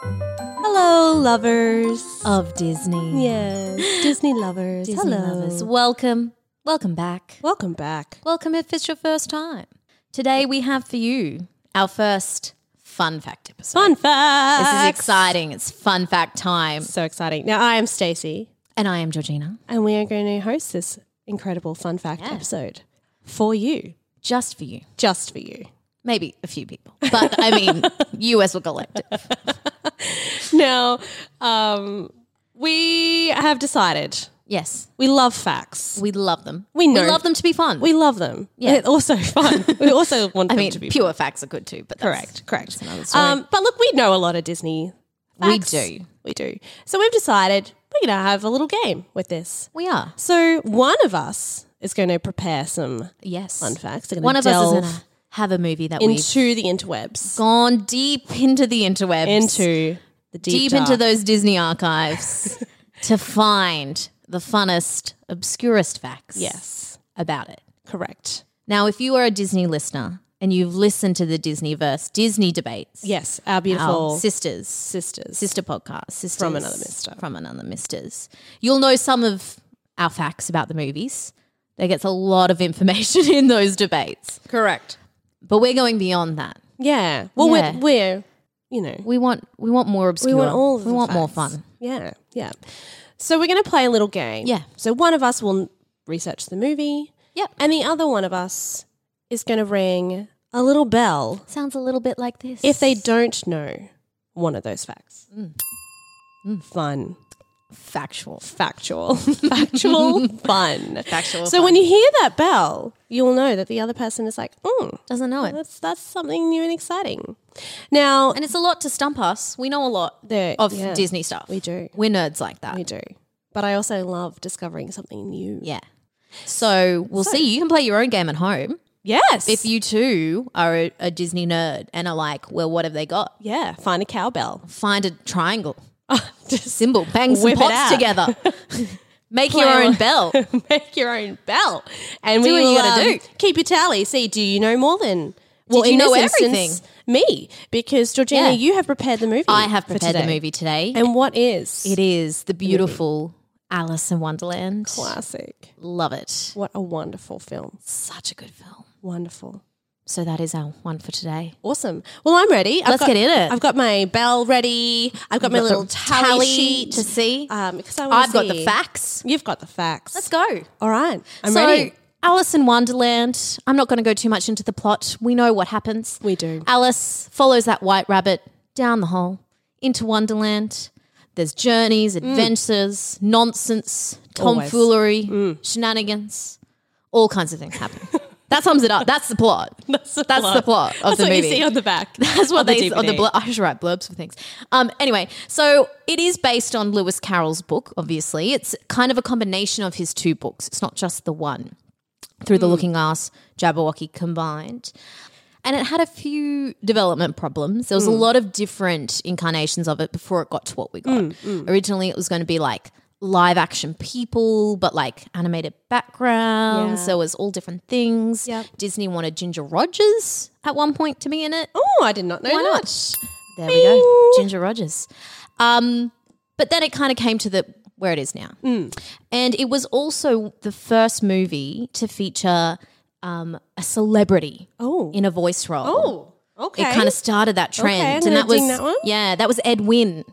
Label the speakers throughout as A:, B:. A: Hello, lovers.
B: of Disney.
A: Yes, Disney lovers.
B: Disney
A: Hello.
B: lovers. Welcome. Welcome back.
A: Welcome back.
B: Welcome if it's your first time. Today we have for you our first fun fact episode.
A: Fun fact.
B: This is exciting. It's fun fact time.
A: So exciting. Now, I am Stacey,
B: And I am Georgina.
A: and we are going to host this incredible fun fact
B: Yeah.
A: episode for you,
B: Just for you.
A: just for you.
B: Maybe a few people. But I mean, you as a collective.
A: Now, um, we have decided
B: Yes.
A: we love facts.
B: We love them.
A: We know.
B: We love them to be fun.
A: We love them.
B: Yeah.
A: They're also fun. we also want
B: I
A: them
B: mean,
A: to be
B: pure facts are good too, but that's,
A: Correct, correct.
B: another story.
A: Um, but look, we know a lot of Disney.
B: We
A: facts.
B: do.
A: We do. So we've decided we're going to have a little game with this.
B: we are.
A: So one of us is going to prepare some
B: Yes.
A: fun facts. They're gonna
B: One of us is
A: delve
B: going to have a movie that we've
A: into the interwebs,
B: gone deep into the interwebs.
A: into the
B: deep
A: deep,
B: into
A: dark.
B: those Disney archives to find the funnest, obscurest facts
A: yes,
B: about it.
A: correct.
B: Now, if you are a Disney listener and you've listened to the Disney verse, Disney debates,
A: Yes, our beautiful
B: our sisters,
A: sisters.
B: sister podcast, sisters
A: From Another Mister.
B: from another misters, you'll know some of our facts about the movies. There gets a lot of information in those debates,
A: correct.
B: but we're going beyond that.
A: Yeah. Well,
B: Yeah.
A: We're, we're you know
B: We want we want more obscure.
A: we want all of
B: we
A: the
B: want more
A: facts.
B: fun.
A: Yeah, yeah. So we're going to play a little game.
B: Yeah.
A: So one of us will research the movie.
B: Yep.
A: And the other one of us is going to ring a little bell
B: Sounds a little bit like this.
A: if they don't know one of those facts. Mm. Fun.
B: Mm. factual.
A: Factual. Factual fun.
B: Factual
A: So when you hear that bell, you'll know that the other person is like, mm,
B: Doesn't know it.
A: that's, that's something new and exciting. Now,
B: And it's a lot to stump us. We know a lot
A: The-
B: of
A: yeah.
B: Disney stuff.
A: We do.
B: We're nerds like that.
A: we do. But I also love discovering something new.
B: Yeah. So we'll see. You can play your own game at home.
A: Yes.
B: If you too are a, a Disney nerd and are like, well, what have they got?
A: Yeah, find a cowbell.
B: Find a triangle, symbol, bang some
A: whip it
B: pots
A: out.
B: together, make your
A: Play
B: own
A: along.
B: bell.
A: Make your own bell, and
B: Do
A: we
B: what you
A: will, um,
B: gotta do.
A: Keep your tally. See, do you know more than? Well,
B: you
A: in
B: know
A: this
B: everything?
A: instance, me, because
B: Yeah.
A: Georgina, you have prepared the movie.
B: I have
A: for
B: prepared the
A: today.
B: movie today.
A: and what is
B: it is the beautiful Alice in Wonderland.
A: classic?
B: Love it.
A: What a wonderful film!
B: Such a good film.
A: Wonderful,
B: So that is our one for today.
A: awesome. Well, I'm ready. I've
B: Let's
A: got-
B: get in it.
A: I've got my bell ready. I've got my
B: got the
A: little tally,
B: tally
A: sheet
B: to see.
A: Um, because I wanna
B: I've got the
A: see.
B: facts.
A: You've got the facts.
B: Let's go.
A: All right, I'm
B: so,
A: ready.
B: Alice in Wonderland. I'm not going to go too much into the plot. We know what happens.
A: We do.
B: Alice follows that white rabbit down the hole into Wonderland. There's journeys, adventures, nonsense,
A: Mm. Always. Mm.
B: tomfoolery, shenanigans, all kinds of things happen. that sums it up. That's the plot. That's the, plot of
A: That's
B: the
A: what
B: movie.
A: you see on the back.
B: That's what
A: of
B: they on the
A: DVD.
B: blur- I should write blurbs for things. Um, anyway, so it is based on Lewis Carroll's book. Obviously, it's kind of a combination of his two books. It's not just the one. Through the Looking Glass, Jabberwocky combined, and it had a few development problems. There was a lot of different incarnations of it before it got to what we got. Originally, it was going to be like live action people, but like animated backgrounds.
A: Yeah.
B: There was all different things.
A: Yep.
B: Disney wanted Ginger Rogers at one point to be in it.
A: Oh, I did not know
B: Why
A: that.
B: not? There we go, Ginger Rogers. Um, but then it kind of came to the where it is now,
A: Mm.
B: and it was also the first movie to feature um, a celebrity
A: Oh.
B: in a voice role.
A: Oh, okay.
B: It kind of started that trend,
A: Okay, I'm
B: and that
A: gonna
B: was
A: ding that one.
B: yeah, that was Ed Wynn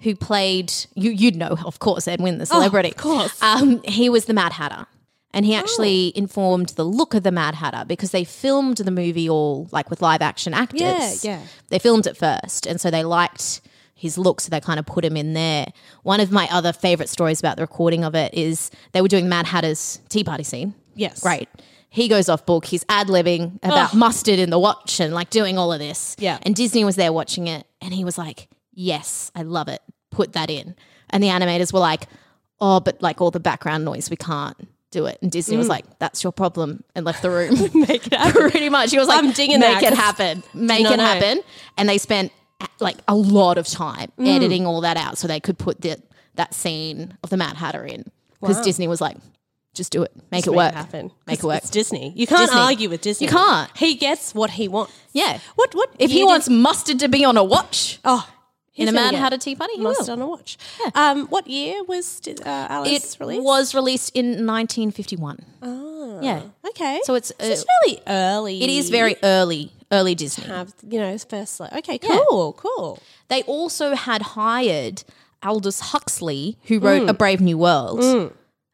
B: who played you. You'd know, of course, Ed Wynn, the celebrity.
A: Oh, of course. Oh.
B: um, he was the Mad Hatter, and he actually informed the look of the Mad Hatter because they filmed the movie all like with live action actors.
A: yeah.
B: They filmed it first, and so they liked his look, so they kind of put him in there. One of my other favorite stories about the recording of it is they were doing Mad Hatter's Tea Party scene.
A: Yes.
B: Great. He goes off book. He's ad libbing about mustard in the watch and like doing all of this.
A: Yeah.
B: And Disney was there watching it and he was like, Yes, I love it. Put that in. And the animators were like, Oh, but like all the background noise, we can't do it. And Disney was like, That's your problem and left the room.
A: Mm. Make it happen.
B: Pretty much. He was like,
A: I'm dinging
B: Make
A: that
B: it
A: 'cause-
B: happen. Make
A: not
B: it
A: know.
B: happen. And they spent like a lot of time
A: Mm.
B: editing all that out so they could put the, that scene of the Mad Hatter in. Because Disney was like, just do it. Make it
A: Make
B: work.
A: it happen.
B: Make it
A: 'Cause
B: work.
A: It's Disney. You can't
B: Disney.
A: argue with Disney.
B: You can't.
A: He gets what he wants.
B: Yeah.
A: What? What?
B: If he
A: year did-
B: wants mustard to be on a watch
A: oh,
B: in
A: he's
B: a
A: gonna
B: man
A: get
B: had a tea party, he
A: must
B: will.
A: on a watch. Um, what year was uh, Alice
B: It
A: released?
B: was released in 1951. Yeah.
A: Ah. okay.
B: So it's, uh,
A: it's fairly early.
B: It is very early, early Disney.
A: have you know his first like okay
B: Yeah.
A: cool cool
B: They also had hired Aldous Huxley, who wrote
A: Mm.
B: A Brave New World,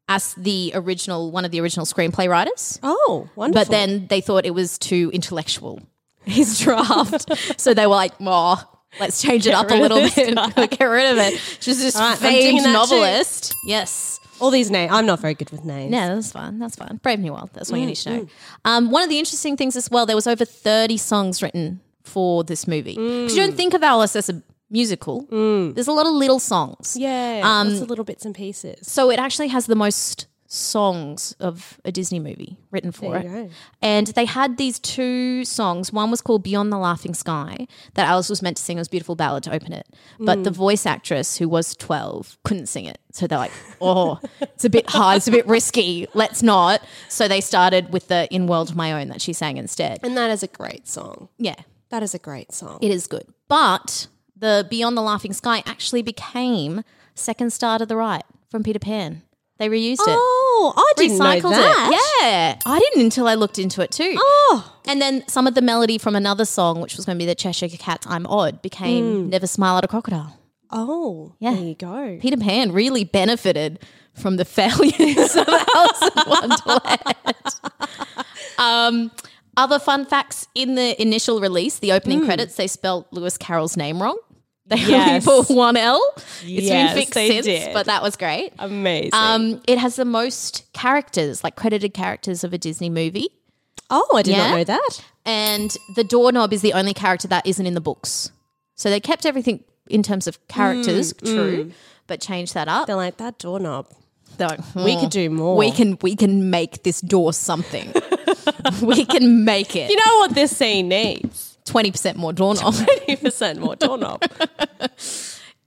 B: as the original one of the original screenplay writers.
A: oh wonderful
B: But then they thought it was too intellectual, his draft. so they were like, "Well, let's change it up a
A: rid of
B: little
A: this
B: bit. Get rid of it." She's this
A: right, I'm
B: famed
A: doing that too.
B: novelist. Yes.
A: all these names I'm not very good with names
B: No, that's fine. That's fine. Brave New World. That's what you need to know. Um, one of the interesting things as well, there was over 30 songs written for this movie. Because you don't think of Alice as a musical. There's a lot of little songs.
A: yeah
B: Um,
A: lots of little bits and pieces
B: So it actually has the most songs of a Disney movie written for
A: you
B: it.
A: go.
B: And they had these two songs. One was called Beyond the Laughing Sky that Alice was meant to sing. It was a beautiful ballad to open it. But
A: Mm.
B: the voice actress who was 12 couldn't sing it. So they're like, oh, it's a bit hard. It's a bit risky. Let's not. So they started with the In World of My Own that she sang instead.
A: and that is a great song
B: Yeah.
A: that is a great song
B: It is good. But the Beyond the Laughing Sky actually became Second Star to the Right from Peter Pan. They reused it
A: oh I didn't know
B: recycled
A: that
B: it. Yeah, I didn't until I looked into it too.
A: oh
B: And then some of the melody from another song, which was going to be the Cheshire Cat's "I'm Odd,"
A: Mm.
B: became "Never Smile at a Crocodile."
A: oh
B: Yeah.
A: there you go
B: Peter Pan really benefited from the failures of Alice in Wonderland. Um, other fun facts in the initial release, the opening credits, they spelled Lewis Carroll's name wrong. They
A: Mm. Yes.
B: only put one L. It's
A: Yes,
B: been fixed
A: they
B: since,
A: did.
B: but that was great.
A: amazing
B: Um, it has the most characters, like credited characters of a Disney movie.
A: oh I did
B: yeah.
A: not know that
B: And the doorknob is the only character that isn't in the books. So they kept everything in terms of characters
A: Mm,
B: true, but changed that up.
A: they're like that doorknob
B: They're like, hmm,
A: we could do more
B: we can we can make this door something. we can make it.
A: you know what this scene needs
B: Twenty percent more doorknob.
A: 50% more doorknob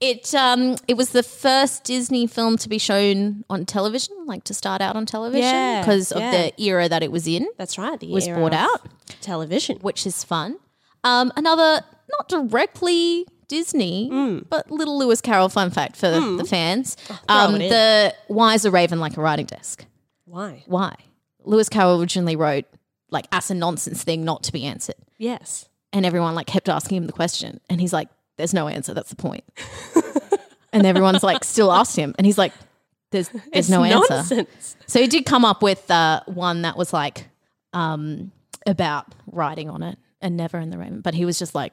B: It um it was the first Disney film to be shown on television, like to start out on television
A: Yeah,
B: because of
A: yeah.
B: the era that it was in.
A: that's right the
B: was
A: era
B: brought
A: of
B: out.
A: television
B: which is fun. Um, another, not directly Disney,
A: Mm.
B: but little Lewis Carroll fun fact for the fans. um,
A: Oh, it in.
B: the why is a raven like a writing desk?
A: why
B: Why? Lewis Carroll originally wrote like as a nonsense thing not to be answered,
A: yes
B: and everyone like kept asking him the question, and he's like, "There's no answer. That's the point." and everyone's like still asking him, and he's like, "There's there's no answer."
A: nonsense
B: So he did come up with uh, one that was like um, about writing on it and never in the raven. But he was just like,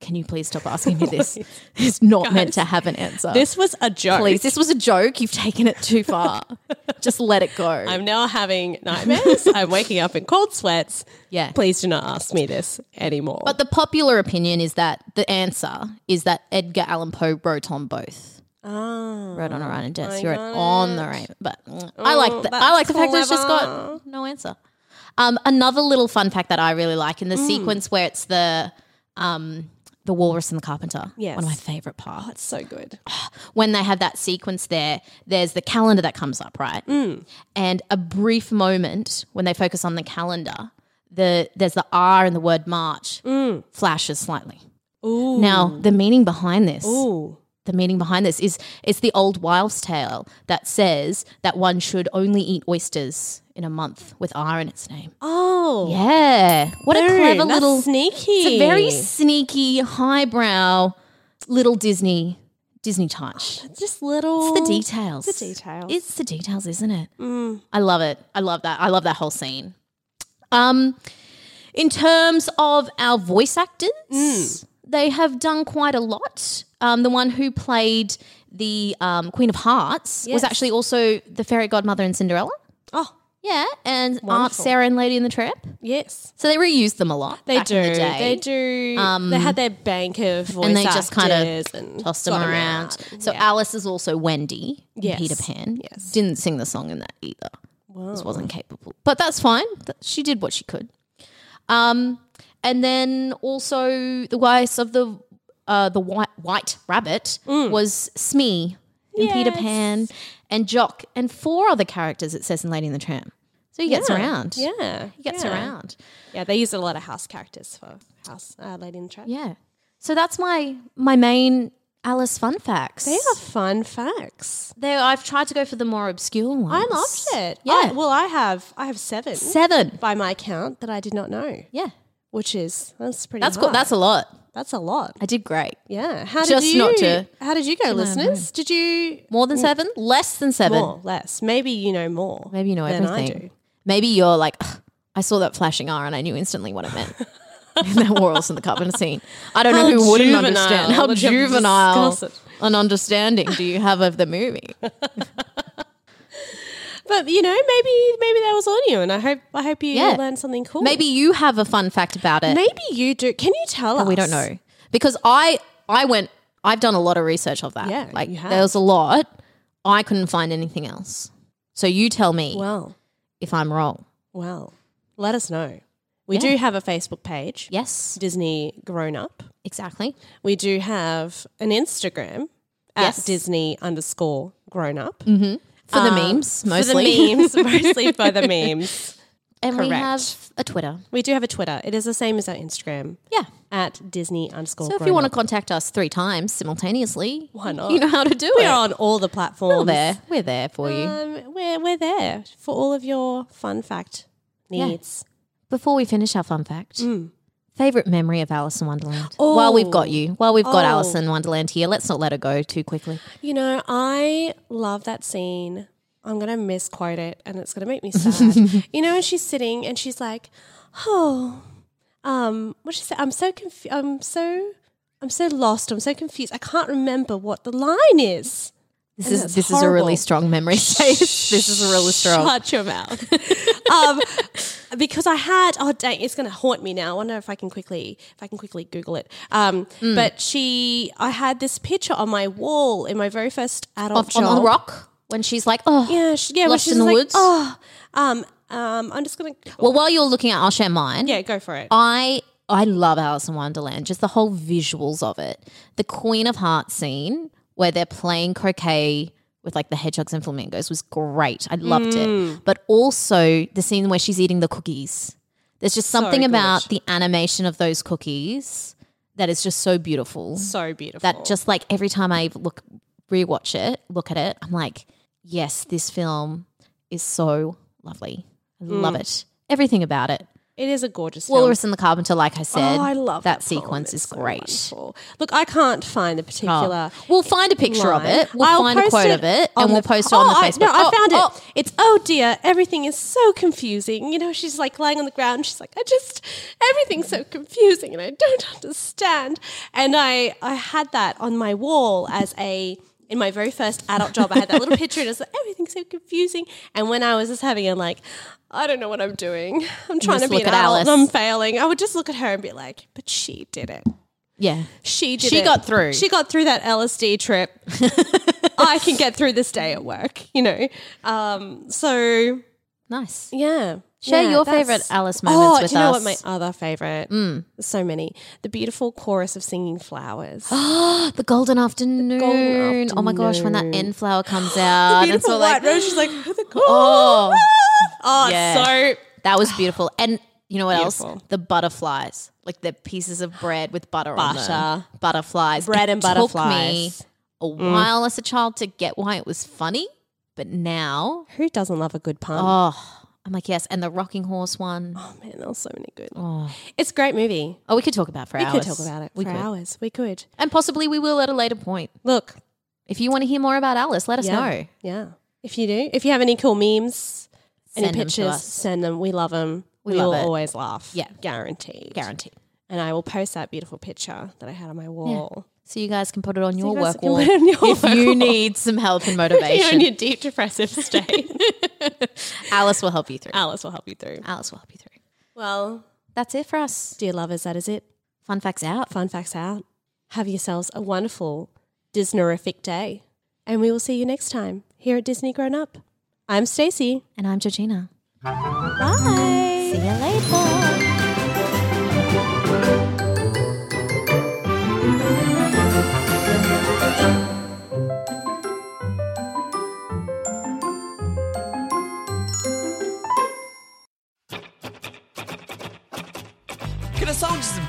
B: "Can you please stop asking me this? It's not meant to have an answer.
A: this was a joke
B: please, this was a joke. You've taken it too far. just let it go."
A: I'm now having nightmares. I'm waking up in cold sweats.
B: yeah.
A: Please do not ask me this anymore.
B: But the popular opinion is that the answer is that Edgar Allan Poe wrote on both. wrote on a writing desk. He wrote on the raven. But mm, I like the, I like the fact that it's just got no answer. Um, another little fun fact that I really like in the sequence where it's the um, the walrus and the carpenter.
A: Yes.
B: One of my favorite parts.
A: Oh, so good.
B: When they have that sequence there, there's the calendar that comes up, right?
A: Mm.
B: And a brief moment when they focus on the calendar, the there's the R in the word March flashes slightly.
A: Mm. Ooh.
B: Now, the meaning behind this
A: Ooh.
B: the meaning behind this is it's the old wives' tale that says that one should only eat oysters in a month with R in its name.
A: Oh.
B: Yeah. What a
A: Very-
B: clever
A: that's
B: little
A: sneaky.
B: It's a very sneaky, highbrow little Disney Disney touch.
A: just little
B: It's the details.
A: the details. Mm.
B: It's the details, isn't it? I love it. I love that. I love that whole scene.
A: Mm.
B: Um, in terms of our voice actors, they have done quite a lot. Um, the one who played the um, Queen of Hearts was
A: Yes.
B: actually also the fairy godmother in Cinderella.
A: Oh,
B: Yeah, and Aunt
A: Wonderful.
B: Sarah and Lady in the Tramp.
A: yes.
B: So they reused them a lot.
A: They
B: back
A: do.
B: in the day. Um,
A: they do. they had their bank of voice
B: and they just kind
A: actors
B: of
A: and
B: tossed them
A: got 'em
B: around.
A: out.
B: So Alice is also Wendy in
A: Yes.
B: Peter Pan.
A: Yes.
B: Didn't sing the song in that either. Just wasn't capable. But that's fine. Th- She did what she could. Um, and then also the voice of the uh, the white white rabbit was Smee in Peter
A: Mm. Yes.
B: Pan and Jock and four other characters it says in Lady in the Tramp. So he gets around.
A: Yeah,
B: He gets
A: yeah.
B: around.
A: Yeah, they used a lot of house characters for House uh, Lady in the Tramp.
B: Yeah. So that's my my main Alice fun facts.
A: They are fun facts.
B: There, I've tried to go for the more obscure ones.
A: I loved it.
B: Yeah.
A: I- well, I have. I have seven
B: Seven.
A: by my count that I did not know,
B: Yeah.
A: which is that's pretty.
B: That's cool.
A: high.
B: That's a lot.
A: that's a lot.
B: I did great.
A: Yeah. How did
B: Just
A: you?
B: not to-
A: how did you go, listeners? Did you
B: More than seven? Less than seven?
A: more, less? Maybe you know more.
B: Maybe you know
A: than
B: everything.
A: I do.
B: Maybe you're like, "Ugh, I saw that flashing R and I knew instantly what it meant. and that Warrel's in the carpenter scene. I don't
A: How
B: know who wouldn't
A: juvenile.
B: understand. How
A: Let's have a
B: juvenile
A: discuss it.
B: an understanding do you have of the movie?
A: But you know, maybe maybe that was on you, and I hope I hope you
B: Yeah.
A: learned something cool.
B: Maybe you have a fun fact about it.
A: maybe you do. Can you tell us?
B: we don't know because I I went I've done a lot of research of that.
A: Yeah,
B: like
A: you have.
B: there was a lot. I couldn't find anything else. So you tell me
A: Well,
B: if I'm wrong.
A: well, let us know. We
B: Yeah.
A: do have a Facebook page,
B: Yes,
A: Disney Grown Up.
B: exactly.
A: We do have an Instagram
B: Yes. Mm-hmm.
A: at Disney underscore grown up.
B: For the
A: Um,
B: memes mostly.
A: For the memes, mostly for the memes.
B: and we
A: correct.
B: have a Twitter.
A: We do have a Twitter. It is the same as our Instagram
B: Yeah.
A: at Disney underscore.
B: So if you
A: grown
B: want to
A: up.
B: contact us three times simultaneously,
A: Why not?
B: You know how to do
A: we
B: it.
A: are on all the platforms.
B: We're there. We're there for you.
A: Um, we're we're there for all of your fun fact
B: Yeah.
A: needs.
B: Before we finish our fun fact, favorite memory of Alice in Wonderland. While we've got you, while we've got
A: mm. Oh.
B: Alice in Wonderland here, let's not let her go too quickly.
A: You know, I love that scene. I'm going to misquote it and it's going to make me sad. you know, she's sitting and she's like, "Oh, um, what she say? I'm so confused. I'm so I'm so lost. I'm so confused. I can't remember what the line is."
B: This
A: And
B: is
A: that's
B: this is a really
A: horrible.
B: strong memory space. this is a really strong.
A: Shut your mouth. um, because I had oh dang, it's gonna haunt me now. I wonder if I can quickly if I can quickly Google it. Um,
B: Mm.
A: but she, I had this picture on my wall in my very first adult
B: Off- on,
A: job.
B: on the rock when she's like, oh,
A: Yeah, she, yeah. when
B: Lost
A: she's
B: in the
A: like,
B: woods?
A: Oh, um, um, I'm just gonna.
B: Well, um, while you're looking at, I'll share mine.
A: yeah, go for it.
B: I I love Alice in Wonderland. Just the whole visuals of it. The Queen of Hearts scene where they're playing croquet with like the hedgehogs and flamingos was great. I loved it. But also the scene where she's eating the cookies. There's just something
A: good.
B: about the animation of those cookies that is just so beautiful.
A: so beautiful.
B: that just like every time I look rewatch it, look at it, I'm like, yes, this film is so lovely. I
A: Mm.
B: love it. Everything about it.
A: it is a gorgeous. film.
B: Walrus and the Carpenter, like I said,
A: Oh, I love
B: that,
A: that, poem.
B: sequence
A: It's
B: is
A: so
B: great. Oh.
A: wonderful. Look, I can't find the particular.
B: We'll find a picture of
A: line.
B: it. We'll
A: I'll
B: find a
A: post
B: quote of it,
A: on
B: and we'll
A: the-
B: post it on
A: Oh,
B: the
A: I-
B: Facebook.
A: no, I
B: Oh,
A: found
B: oh,
A: it. It's oh dear, everything is so confusing. You know, she's like lying on the ground. She's like, I just everything's so confusing, and I don't understand. And I I had that on my wall as a. In my very first adult job, I had that little picture, and it's like everything's so confusing. And when I was just having a like, I don't know what I'm doing. I'm trying to
B: just
A: be
B: look
A: an
B: at
A: adult,
B: Alice.
A: and I'm failing. I would just look at her and be like, "But she did it.
B: Yeah.
A: She did
B: She
A: it.
B: got through.
A: She got through that LSD trip. I can get through this day at work, you know. Um, so
B: Nice.
A: yeah.
B: Share
A: Yeah,
B: your
A: that's-
B: favorite Alice moments
A: oh,
B: with
A: do you know
B: us.
A: what my other favorite? Mm. So many. The beautiful chorus of singing flowers.
B: The golden afternoon. Oh my gosh, when that end flower comes out, and it's all
A: beautiful
B: like,
A: white rose. She's like, "Who the
B: oh,
A: oh,
B: Yeah.
A: so
B: That was beautiful. And you know what else?
A: Beautiful.
B: The butterflies, like the pieces of bread with butter, on them.
A: Butter.
B: Butterflies.
A: Bread
B: It
A: and butterflies. Mm.
B: Took me a while as a child to get why it was funny, but now,
A: who doesn't love a good pun?
B: oh, I'm like yes. And the rocking horse one.
A: Oh, man, there was so many good.
B: Oh,
A: It's a great movie.
B: oh we could talk about it for
A: We
B: hours.
A: could talk about it
B: We
A: for
B: could.
A: hours. We could.
B: And possibly we will at a later point.
A: Look,
B: If you want to hear more about Alice, let us
A: yeah.
B: know.
A: Yeah. If you do, if you have any cool memes,
B: Send
A: any
B: them to
A: pictures,
B: us.
A: send them. We love them.
B: We
A: We,
B: love
A: will
B: it.
A: always laugh.
B: Yeah.
A: Guaranteed.
B: Guaranteed.
A: and I will post that beautiful picture that I had on my wall.
B: So you guys can put it on your
A: you guys
B: work
A: can
B: wall
A: put it on your
B: if
A: work
B: you
A: wall.
B: need some help and
A: You're in
B: motivation.
A: your deep depressive state.
B: Alice will help you through.
A: Alice will help you through.
B: Alice will help you through.
A: Well,
B: That's it for us.
A: dear lovers, that is it.
B: Fun facts out.
A: Fun facts out. Have yourselves a wonderful Disneyrific day, and we will see you next time here at Disney Grown Up. I'm Stacey.
B: And I'm Georgina.
A: Bye.
B: See you later.
C: Can a song just